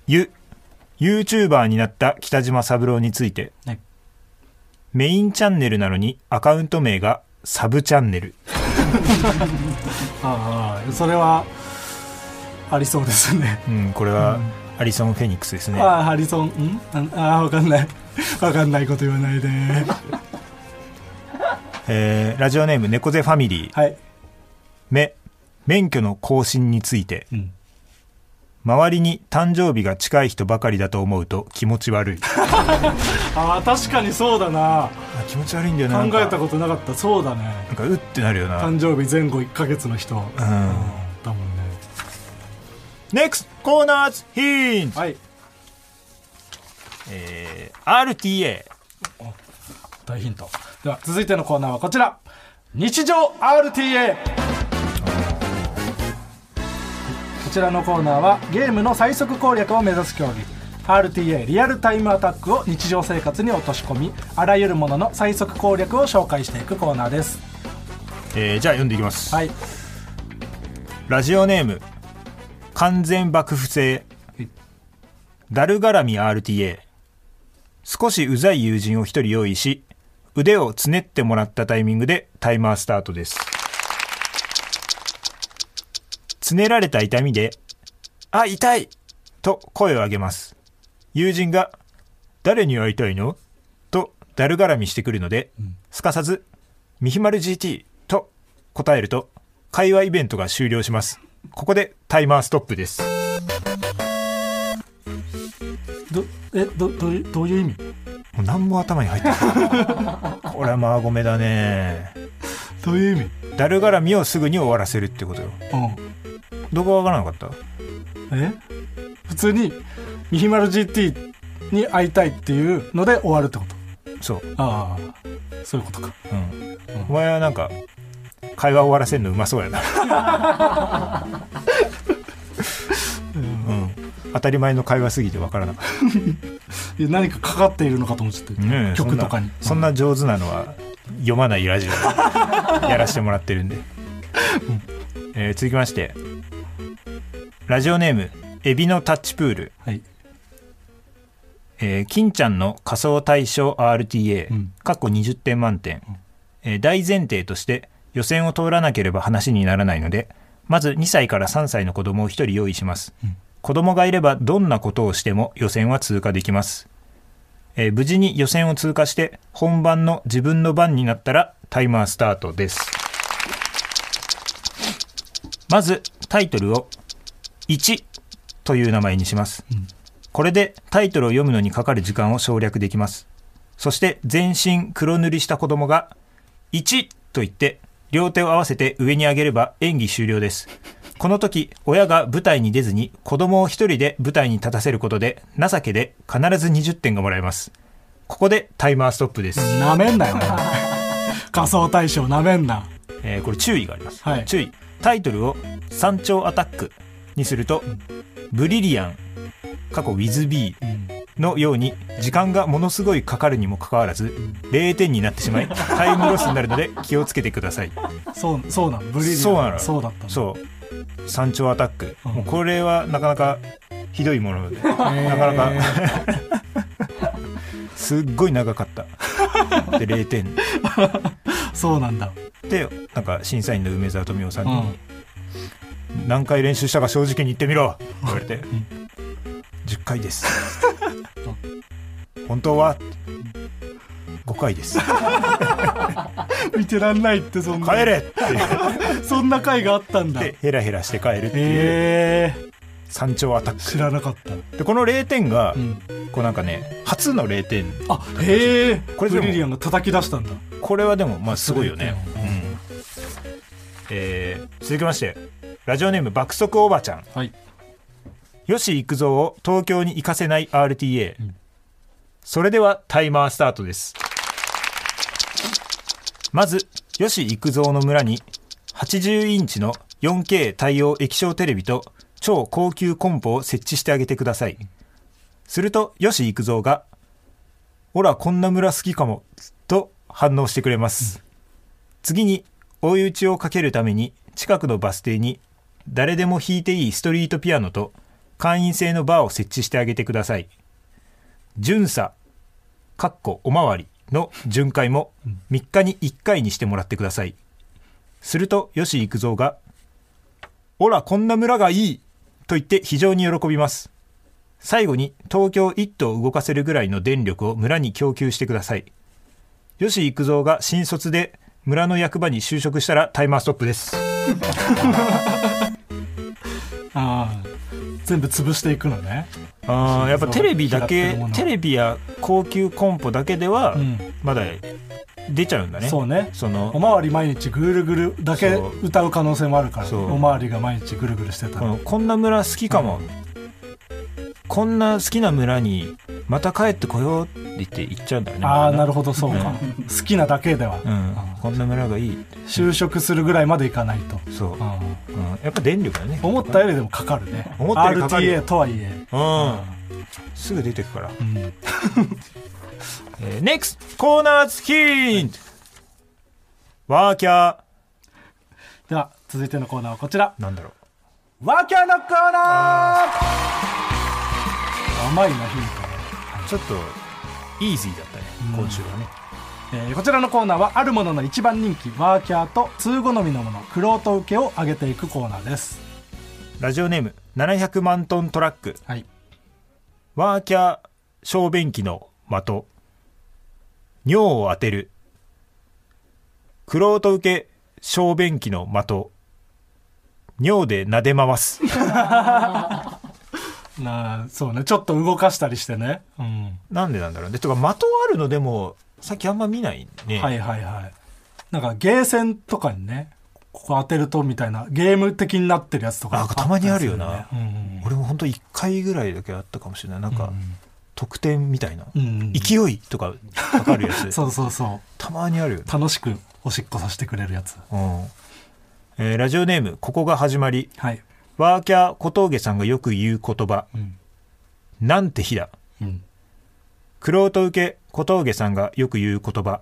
A: ゆ YouTuber になった北島三郎について
B: はい
A: メインチャンネルなのにアカウント名がサブチャンネル
B: ああそれはありそうですね
A: うん、これはアリソン・フェニックスですね、
B: ああハリソンんああ分かんないわかんないこと言わないで
A: えーラジオネーム猫背ファミリー、
B: はい
A: め免許の更新について、
B: ん
A: 周りに誕生日が近い人ばかりだと思うと気持ち悪い
B: ああ確かにそうだな
A: あ気持ち悪いんだよな
B: 考えた
A: と
B: ことなかったそうだね
A: なんかうってなるよな
B: 誕生日前後1ヶ月の人、うん、だもんね
A: NEXT コーナーズヒント、
B: はい
A: えー RTA
B: 大ヒントでは続いてのコーナーはこちら日常 RTA こちらのコーナーはゲームの最速攻略を目指す競技 RTA リアルタイムアタックを日常生活に落とし込みあらゆるものの最速攻略を紹介していくコーナーです
A: えーじゃあ読んでいきます、
B: はい
A: ラジオネーム完全爆不正
B: はい
A: ダル絡み RTA 少しうざい友人を一人用意し腕をつねってもらったタイミングでタイマースタートですつねられた痛みで「あ痛い!」と声を上げます友人が「誰に会いたいの?」とダル絡みしてくるので、すかさず「ミヒマル GT」と答えると会話イベントが終了しますここでタイマーストップです
B: どえどどういうどういう意味
A: もう何も頭に入って ないこれはマーゴメだね
B: どういう意味
A: ダル絡みをすぐに終わらせるってことよどこがわからなかっ
B: うんえ普通に「ミヒマル GT」に会いたいっていうので終わるってこと
A: たそう
B: ああそういうことか
A: うんお前はなんか会話終わらせるのうまそうやな うん当たり前の会話すぎてわからなかっ
B: いや何かかかっているのかと思っちゃって、
A: た、ねえ
B: 曲とかに
A: そんなそんな上手なのは読まないラジオ でやらせてもらってるんで、えー続きましてラジオネームエビのタッチプール
B: はい
A: えー金ちゃんの仮想対象 RTA、
B: うん
A: かっこ20点満点、えー大前提として予選を通らなければ話にならないのでまず2歳から3歳の子供を1人用意します、子供がいればどんなことをしても予選は通過できます、えー無事に予選を通過して本番の自分の番になったらタイマースタートですまずタイトルを1という名前にします、これでタイトルを読むのにかかる時間を省略できます。そして全身黒塗りした子供が1と言って両手を合わせて上に上げれば演技終了です。この時親が舞台に出ずに子供を一人で舞台に立たせることで情けで必ず20点がもらえます。ここでタイマーストップです。
B: なめん なよ仮想大賞なめんな
A: えーこれ注意があります。
B: はい
A: 注意。タイトルを山頂アタックにするとブリリアン過去 WithB のように時間がものすごいかかるにもかかわらず0点になってしま いタイムロスになるので気をつけてください
B: そうそうなのブリリアン
A: そうなの
B: そうだったの
A: そう山頂アタック、もうこれはなかなかひどいもので、なかなか すっごい長かったで0点
B: そうなんだ。
A: でなんか審査員の梅沢富美男さん
B: う
A: に、
B: ん。
A: 何回練習したか正直に言ってみろ」って言われて「10回です」「本当は?」5回です
B: 見てらんないって、そんな。
A: 帰れって言っ
B: そんな回があったんだ。
A: てヘラヘラして帰るっていう
B: え
A: 山頂アタ
B: ー、知
A: ッ
B: らなかった。
A: クでこの0点が
B: うん。
A: こうなんかね初の0点
B: あ、へえ。
A: これで
B: ブ
A: も
B: リリアンが叩き出したんだ。
A: これはでもまあすごいよね、うんえー続きましてラジオネーム爆速おばちゃん
B: はい。
A: 吉幾三を東京に行かせない RTA、それではタイマースタートですまず吉幾三の村に80インチの 4K 対応液晶テレビと超高級コンポを設置してあげてくださいすると吉幾三が「オラこんな村好きかも」と反応してくれます、次に追い打ちをかけるために近くのバス停に誰でも弾いていいストリートピアノと会員制のバーを設置してあげてください巡査かっこおまわりの巡回も3日に1回にしてもらってくださいすると吉幾三が「オラこんな村がいい!」と言って非常に喜びます最後に東京1都を動かせるぐらいの電力を村に供給してください吉幾三が新卒で村の役場に就職したらタイマーストップです
B: ああ。全部潰していくのね。
A: あーやっぱテレビだ
B: そうそうそう嫌ってる
A: け
B: もの
A: テレビや高級コンポだけでは
B: ん
A: まだ出ちゃうんだね、
B: そうね。
A: そ
B: お
A: の
B: まわり毎日ぐるぐるだけ
A: そう
B: 歌う可能性もあるから
A: そう
B: おまわりが毎日ぐるぐるしてた
A: こ
B: ら
A: のこんな村好きかも、こんな好きな村にまた帰ってこようって言って行っちゃうんだよね
B: ああな
A: る
B: るほどそうか好きなだけでは
A: うん、こんな村がいい
B: 就職するぐらいまでいかないと
A: そう、うん
B: うん
A: やっぱ電力だね
B: 思ったよりでもかかるね
A: 思ったよりかかる
B: RTA とはいえ
A: うんすぐ出てくから、
B: ん
A: えー NEXT コーナーズヒントワーキャ
B: では続いてのコーナーはこちら
A: ーなんだろう
B: ワーキャーのコーナー甘いなヒントね
A: ちょっとイージーだったね、今週はね
B: えーこちらのコーナーはあるものの一番人気ワーキャーと通好みのものクロート受けを上げていくコーナーです
A: ラジオネーム700万トントラック
B: はい
A: ワーキャー小便器の的尿を当てるクロート受け小便器の的尿で撫で回す
B: なあそうねちょっと動かしたりしてねうん
A: なんでなんだろうねとか的あるのでもさっきあんま見ないね、
B: はいはいはい。なんかゲーセンとかにね、ここ当てるとみたいな、ゲーム的になってるやつとか。
A: あたまにあるよな
B: ったりするよね
A: 俺も本当一1回ぐらいだけあったかもしれないなんか、得点みたいな、
B: うんうん。うん
A: 勢いとかかかるやつ
B: そうそうそ
A: たまにあるよね
B: う。楽しくおしっこさせてくれるやつ。
A: うんえーラジオネーム「ここが始まり
B: はい。」
A: ワーキャー小峠さんがよく言う言葉
B: うん。
A: 「なんて日だ
B: うん。」
A: クロート受け小峠さんがよく言う言 葉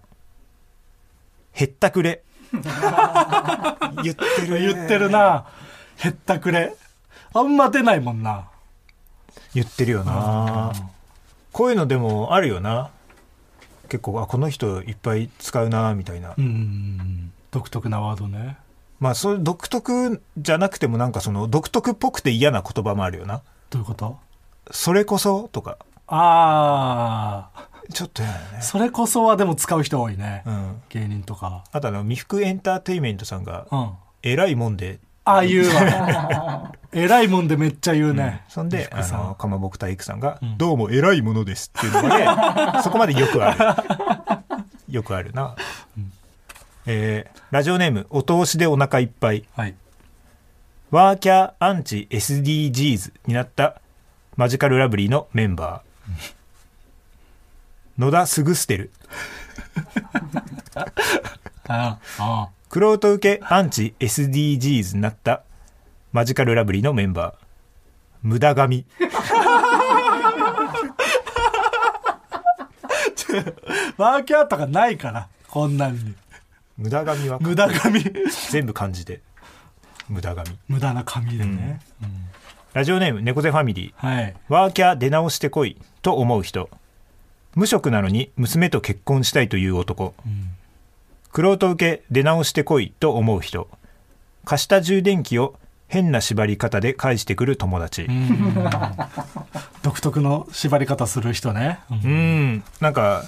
A: 「へったくれ」言ってるね、
B: 言ってるな。へったくれ。あんま出ないもんな。
A: 言ってるよな、こういうのでもあるよな結構あこの人いっぱい使うなみたいな、
B: うんうんうん。独特なワードね。
A: まあそういう独特じゃなくてもなんかその独特っぽくて嫌な言葉もあるよな
B: どういうこと
A: それこそとか
B: ああ。
A: ちょっと嫌だよね
B: それこそはでも使う人多いね。
A: うん
B: 芸人とか。
A: あとあの未服エンターテイメントさんが
B: うん。あ
A: えらいもんで、
B: あ、言うわ。えらいもんでめっちゃ言うね。
A: そんであ
B: さん
A: のかまぼく体育さんが、
B: ん
A: どうもえらいものですっていうの までそこまでよくあるよくあるな、えーラジオネームお通しでお腹いっぱい
B: はい。
A: ワーキャーアンチ SDGs になったマジカルラブリーのメンバー野田すぐ捨てる
B: ああ。
A: クロート受けアンチ SDGs になったマジカルラブリーのメンバー無駄髪
B: ワーキャーとかないから、こんなんに。
A: 無駄髪は
B: 無駄髪。
A: 全部漢字で無駄髪
B: 無駄な紙でね、
A: ラジオネーム猫背ファミリー
B: はい
A: ワーキャー出直してこいと思う人無職なのに娘と結婚したいという男、クロート受け出直してこいと思う人貸した充電器を変な縛り方で返してくる友達うん
B: 独特の縛り方する人ね、うん
A: なんか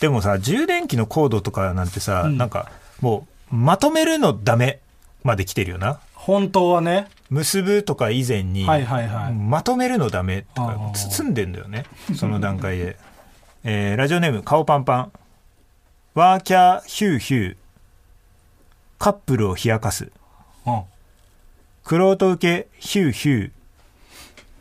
A: でもさ充電器のコードとかなんてさ、なんかもうまとめるのダメまで来てるよな
B: 本当はね
A: 結ぶとか以前に、
B: はいはいはい
A: まとめるのダメと
B: あ
A: か
B: ー
A: 包んでんだよねその段階で、 えーラジオネーム顔パンパンワーキャーヒューヒューカップルを冷やかす
B: うん
A: クロート受けヒューヒュー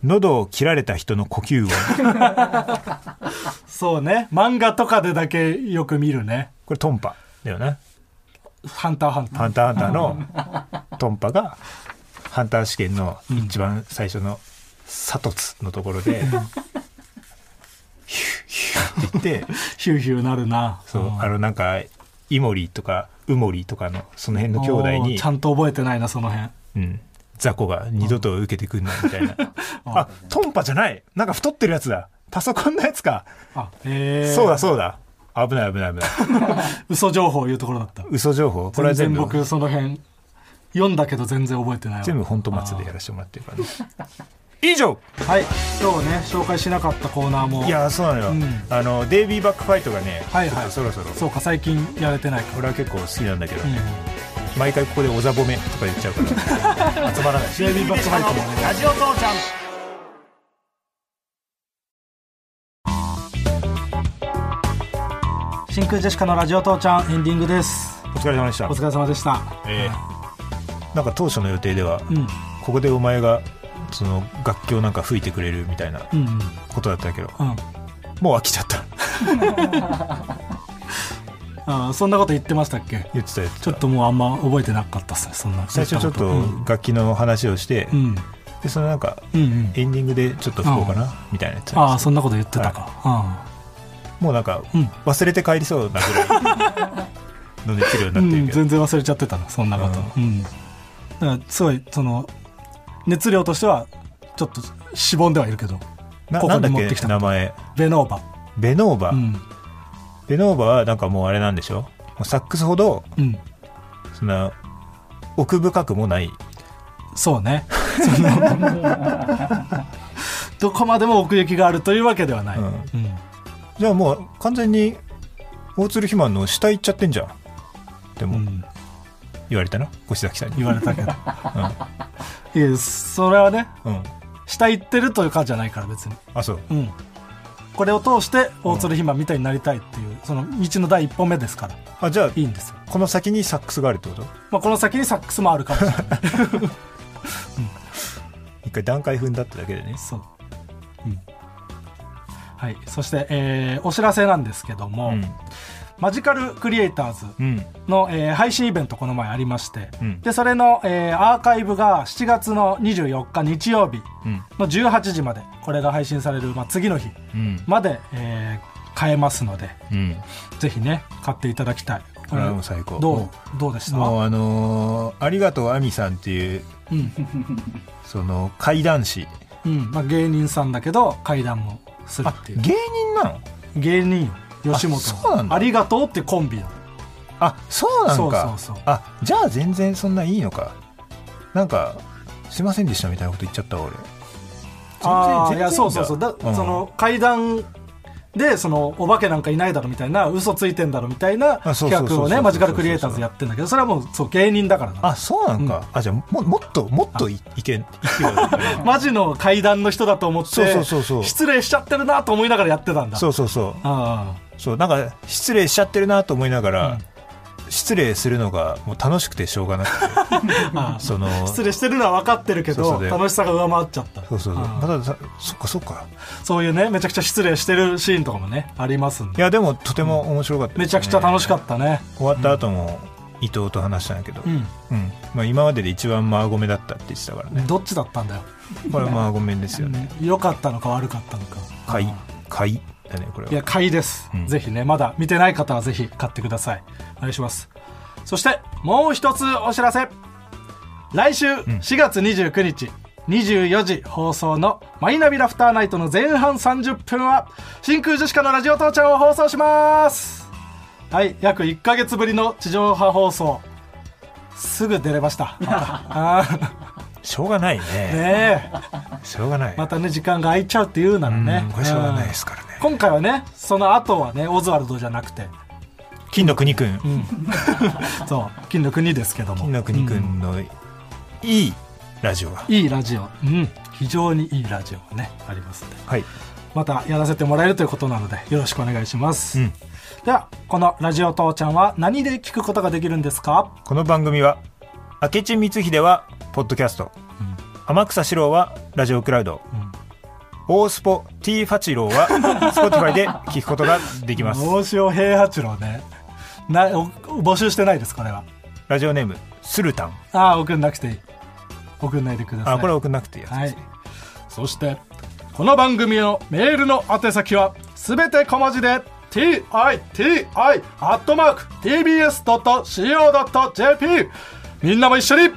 A: 喉を切られた人の呼吸音
B: そうね漫画とかでだけよく見るね
A: これトンパだよね
B: 「ハンターハンター
A: ハンターハンターの トンパがハンター試験の一番最初のサトツのところ で、ヒューヒューって言って」
B: ヒューヒューなるな
A: そう、
B: ん
A: あのなんかイモリとかウモリとかのその辺の兄弟
B: おー
A: に
B: ち、ゃんと覚えてないなその辺
A: うん、雑魚が二度と受けてくんなみたいな あトンパじゃないなんか太ってるやつだパソコンのやつか、
B: あえー、
A: そうだそうだ危ない危ない危ない
B: 嘘情報いうところだった
A: 嘘情報これは全
B: 全然
A: 部
B: 僕その辺読んだけど全然覚えてないわ
A: 全部本当松でやらせてもらってるからね以上
B: はい今日ね紹介しなかったコーナーも
A: いやーそうなのよ、
B: ん
A: あのデイビーバックファイトがね、
B: はい
A: ちょっ
B: は
A: と
B: い
A: そろそろ
B: そうか最近やれてないか
A: 俺は結構好きなんだけど、
B: ら、うん
A: ね、毎回ここで「おざぼめ」とか言っちゃうから 集まらない
B: デイビーバックファイトもね真空ジェシカのラジオ父ちゃんエンディングです
A: お疲れ様でした
B: お疲れ様でした
A: えーなんか当初の予定では、
B: うん
A: ここでお前がその楽器をなんか吹いてくれるみたいな
B: うんうん
A: ことだったけど、
B: うん
A: もう飽きちゃった
B: あーそんなこと言ってましたっけ
A: 言ってた言ってた
B: ちょっともうあんま覚えてなかったっすねそんな
A: 最初ちょっ
B: う
A: と
B: ん
A: 楽器の話をして、
B: うん
A: でそのなんか
B: うんうん
A: エンディングでちょっと吹こうかなみたいなやつ
B: ああそんなこと言ってたか、
A: もうなんか
B: うん
A: 忘れて帰りそうなぐらい の熱量にな
B: う
A: っ
B: ん
A: て
B: う
A: る
B: ん
A: けど、
B: 全然忘れちゃってたなそんなことうん、だからすごいその熱量としてはちょっとしぼんではいるけど
A: な
B: こ
A: な
B: こ
A: んだ
B: に
A: っ
B: 持って
A: け
B: きた
A: 名前
B: ベノーバ
A: ベノーバ、
B: うん
A: ベノーバはなんかもうあれなんでしょもうサックスほど
B: うん
A: そんな奥深くもない
B: そうねそのどこまでも奥行きがあるというわけではない、う
A: うんんじゃあもう完全に大鶴肥満の下行っちゃってんじゃんで
B: う
A: も
B: ん
A: 言われたな越崎さんに
B: 言われたけど、いやそれはね
A: うん
B: 下行ってるというかじゃないから別に
A: あそう
B: うんこれを通して大鶴ひまみたいになりたいっていう、その道の第一歩目ですから
A: あじゃあ
B: いいんですよ、
A: この先にサックスがあるってこと
B: まあ、この先にサックスもあるかも しれない
A: 一回段階踏んだってだけでね
B: そう、うんはい、そして、えーお知らせなんですけども、
A: うん
B: マジカルクリエイターズ
A: うん
B: の、えー配信イベントこの前ありまして、
A: うん
B: でそれの、えーアーカイブが7月の24日日曜日
A: うん
B: の18時までこれが配信される、まあ、次の日
A: うん
B: まで、えー買えますので
A: うん
B: ぜひね買っていただきたい
A: これはもう最高
B: ど
A: も
B: うどうでした
A: もうあのーありがとうあみさんっていう
B: うん
A: その怪談師
B: うんまあ、芸人さんだけど怪談もするっていう
A: 芸人なの
B: 芸人よ吉本
A: あそうなんだ
B: ありがとうってコンビなの
A: あそうなんか
B: そうそうそう
A: あじゃあ全然そんないいのかなんかすいませんでしたみたいなこと言っちゃったわ俺
B: ああい
A: 全然全然
B: やそうそうそうだ、
A: うん
B: その階段でそのお化けなんかいないだろみたいな嘘ついてんだろみたいな
A: あそうそ
B: 企
A: うそうそう
B: 画をねマジカルクリエイターズやってんだけどそれはもうそう芸人だからな
A: あそうなんか、あじゃあももっともっといいけんいけよ
B: マジの階段の人だと思って
A: そうそうそうそう
B: 失礼しちゃってるなと思いながらやってたんだ
A: そうそうそう
B: あ
A: そうなんか失礼しちゃってるなと思いながら、失礼するのがもう楽しくてしょうがな く
B: あ
A: てその
B: 失礼してるのは分かってるけど
A: そうそうで
B: 楽しさが上回っちゃった
A: そうそうそう
B: あ
A: またさそっかそっか
B: そういうねめちゃくちゃ失礼してるシーンとかもねありますん
A: い
B: で
A: やでもとても面白かったですね、
B: めちゃくちゃ楽しかったね
A: 終わった後も伊藤と話したんやけど、
B: うん
A: うんまあ、今までで一番マーゴメだったって言ってたからね
B: どっちだったんだよ
A: これはマーゴメですよね
B: 良かったのか悪かったのか
A: 買い買いだねこれはい
B: や買いです、
A: うん
B: ぜひねまだ見てない方はぜひ買ってくださいお願いしますそしてもう一つお知らせ来週4月29日、24時放送の「マイナビラフターナイト」の前半30分は真空ジェシカのラジオ父ちゃんを放送しますはい約1か月ぶりの地上波放送すぐ出れ ましたまたあー
A: しょうがないね。
B: ねえ
A: しょうがない。
B: またね時間が空いちゃうって言うならね
A: うんこれしょうがないですからね
B: うん今回はねその後はねオズワルドじゃなくて
A: 金の国くん、
B: そう金の国ですけども
A: 金の国くんのいいラジオが。
B: いいラジオ、うん、非常にいいラジオがねありますんで
A: はい。
B: またやらせてもらえるということなのでよろしくお願いします、
A: うん
B: ではこの「ラジオ父ちゃん」は何で聞くことができるんですか
A: この番組は明智光秀はポッドキャスト、天草四郎はラジオクラウド、大スポ T ファチローは Spotify で聞くことができます
B: 大塩平八郎ねなお募集してないですこれは
A: ラジオネームスルタン
B: ああ送んなくていい送んないでください
A: あこれ送んなくていいやつ
B: はい、そしてこの番組のメールの宛先はすべて小文字で TITI-tbs.co.jp みんなも一緒に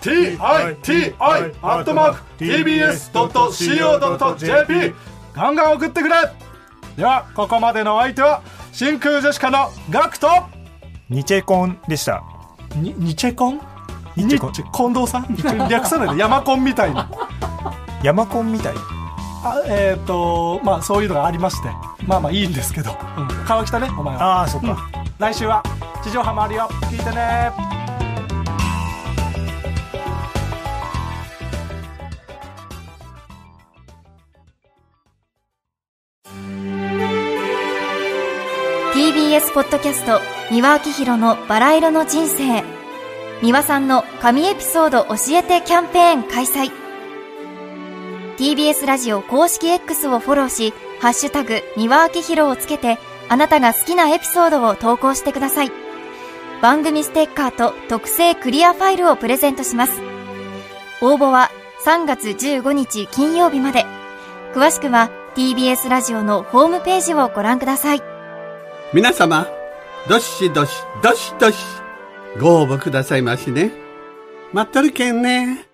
B: TITI-tbs.co.jp ガンガン送ってくれではここまでのお相手は真空ジェシカのガクト
A: ニチェコンでした
B: にニチェコン
A: ニ
B: ニ
A: チェ
B: チ
A: コン
B: 近藤さん略さないで山コンみたいな
A: 山コンみたい
B: あえっ、とまあそういうのがありましてまあまあいいんですけど、うん、川北ねお前は
A: ああそっか、
B: 来週は地上波もあるよ聞いてね
D: ー TBS ポッドキャスト三輪明宏のバラ色の人生三輪さんの神エピソード教えてキャンペーン開催 TBS ラジオ公式 X をフォローし「ハッシュタグ三輪明宏」をつけてあなたが好きなエピソードを投稿してください番組ステッカーと特製クリアファイルをプレゼントします応募は3月15日金曜日まで詳しくは TBS ラジオのホームページをご覧ください
E: 皆様、どしどし、どしどし、ご応募くださいましね。待っとるけんね。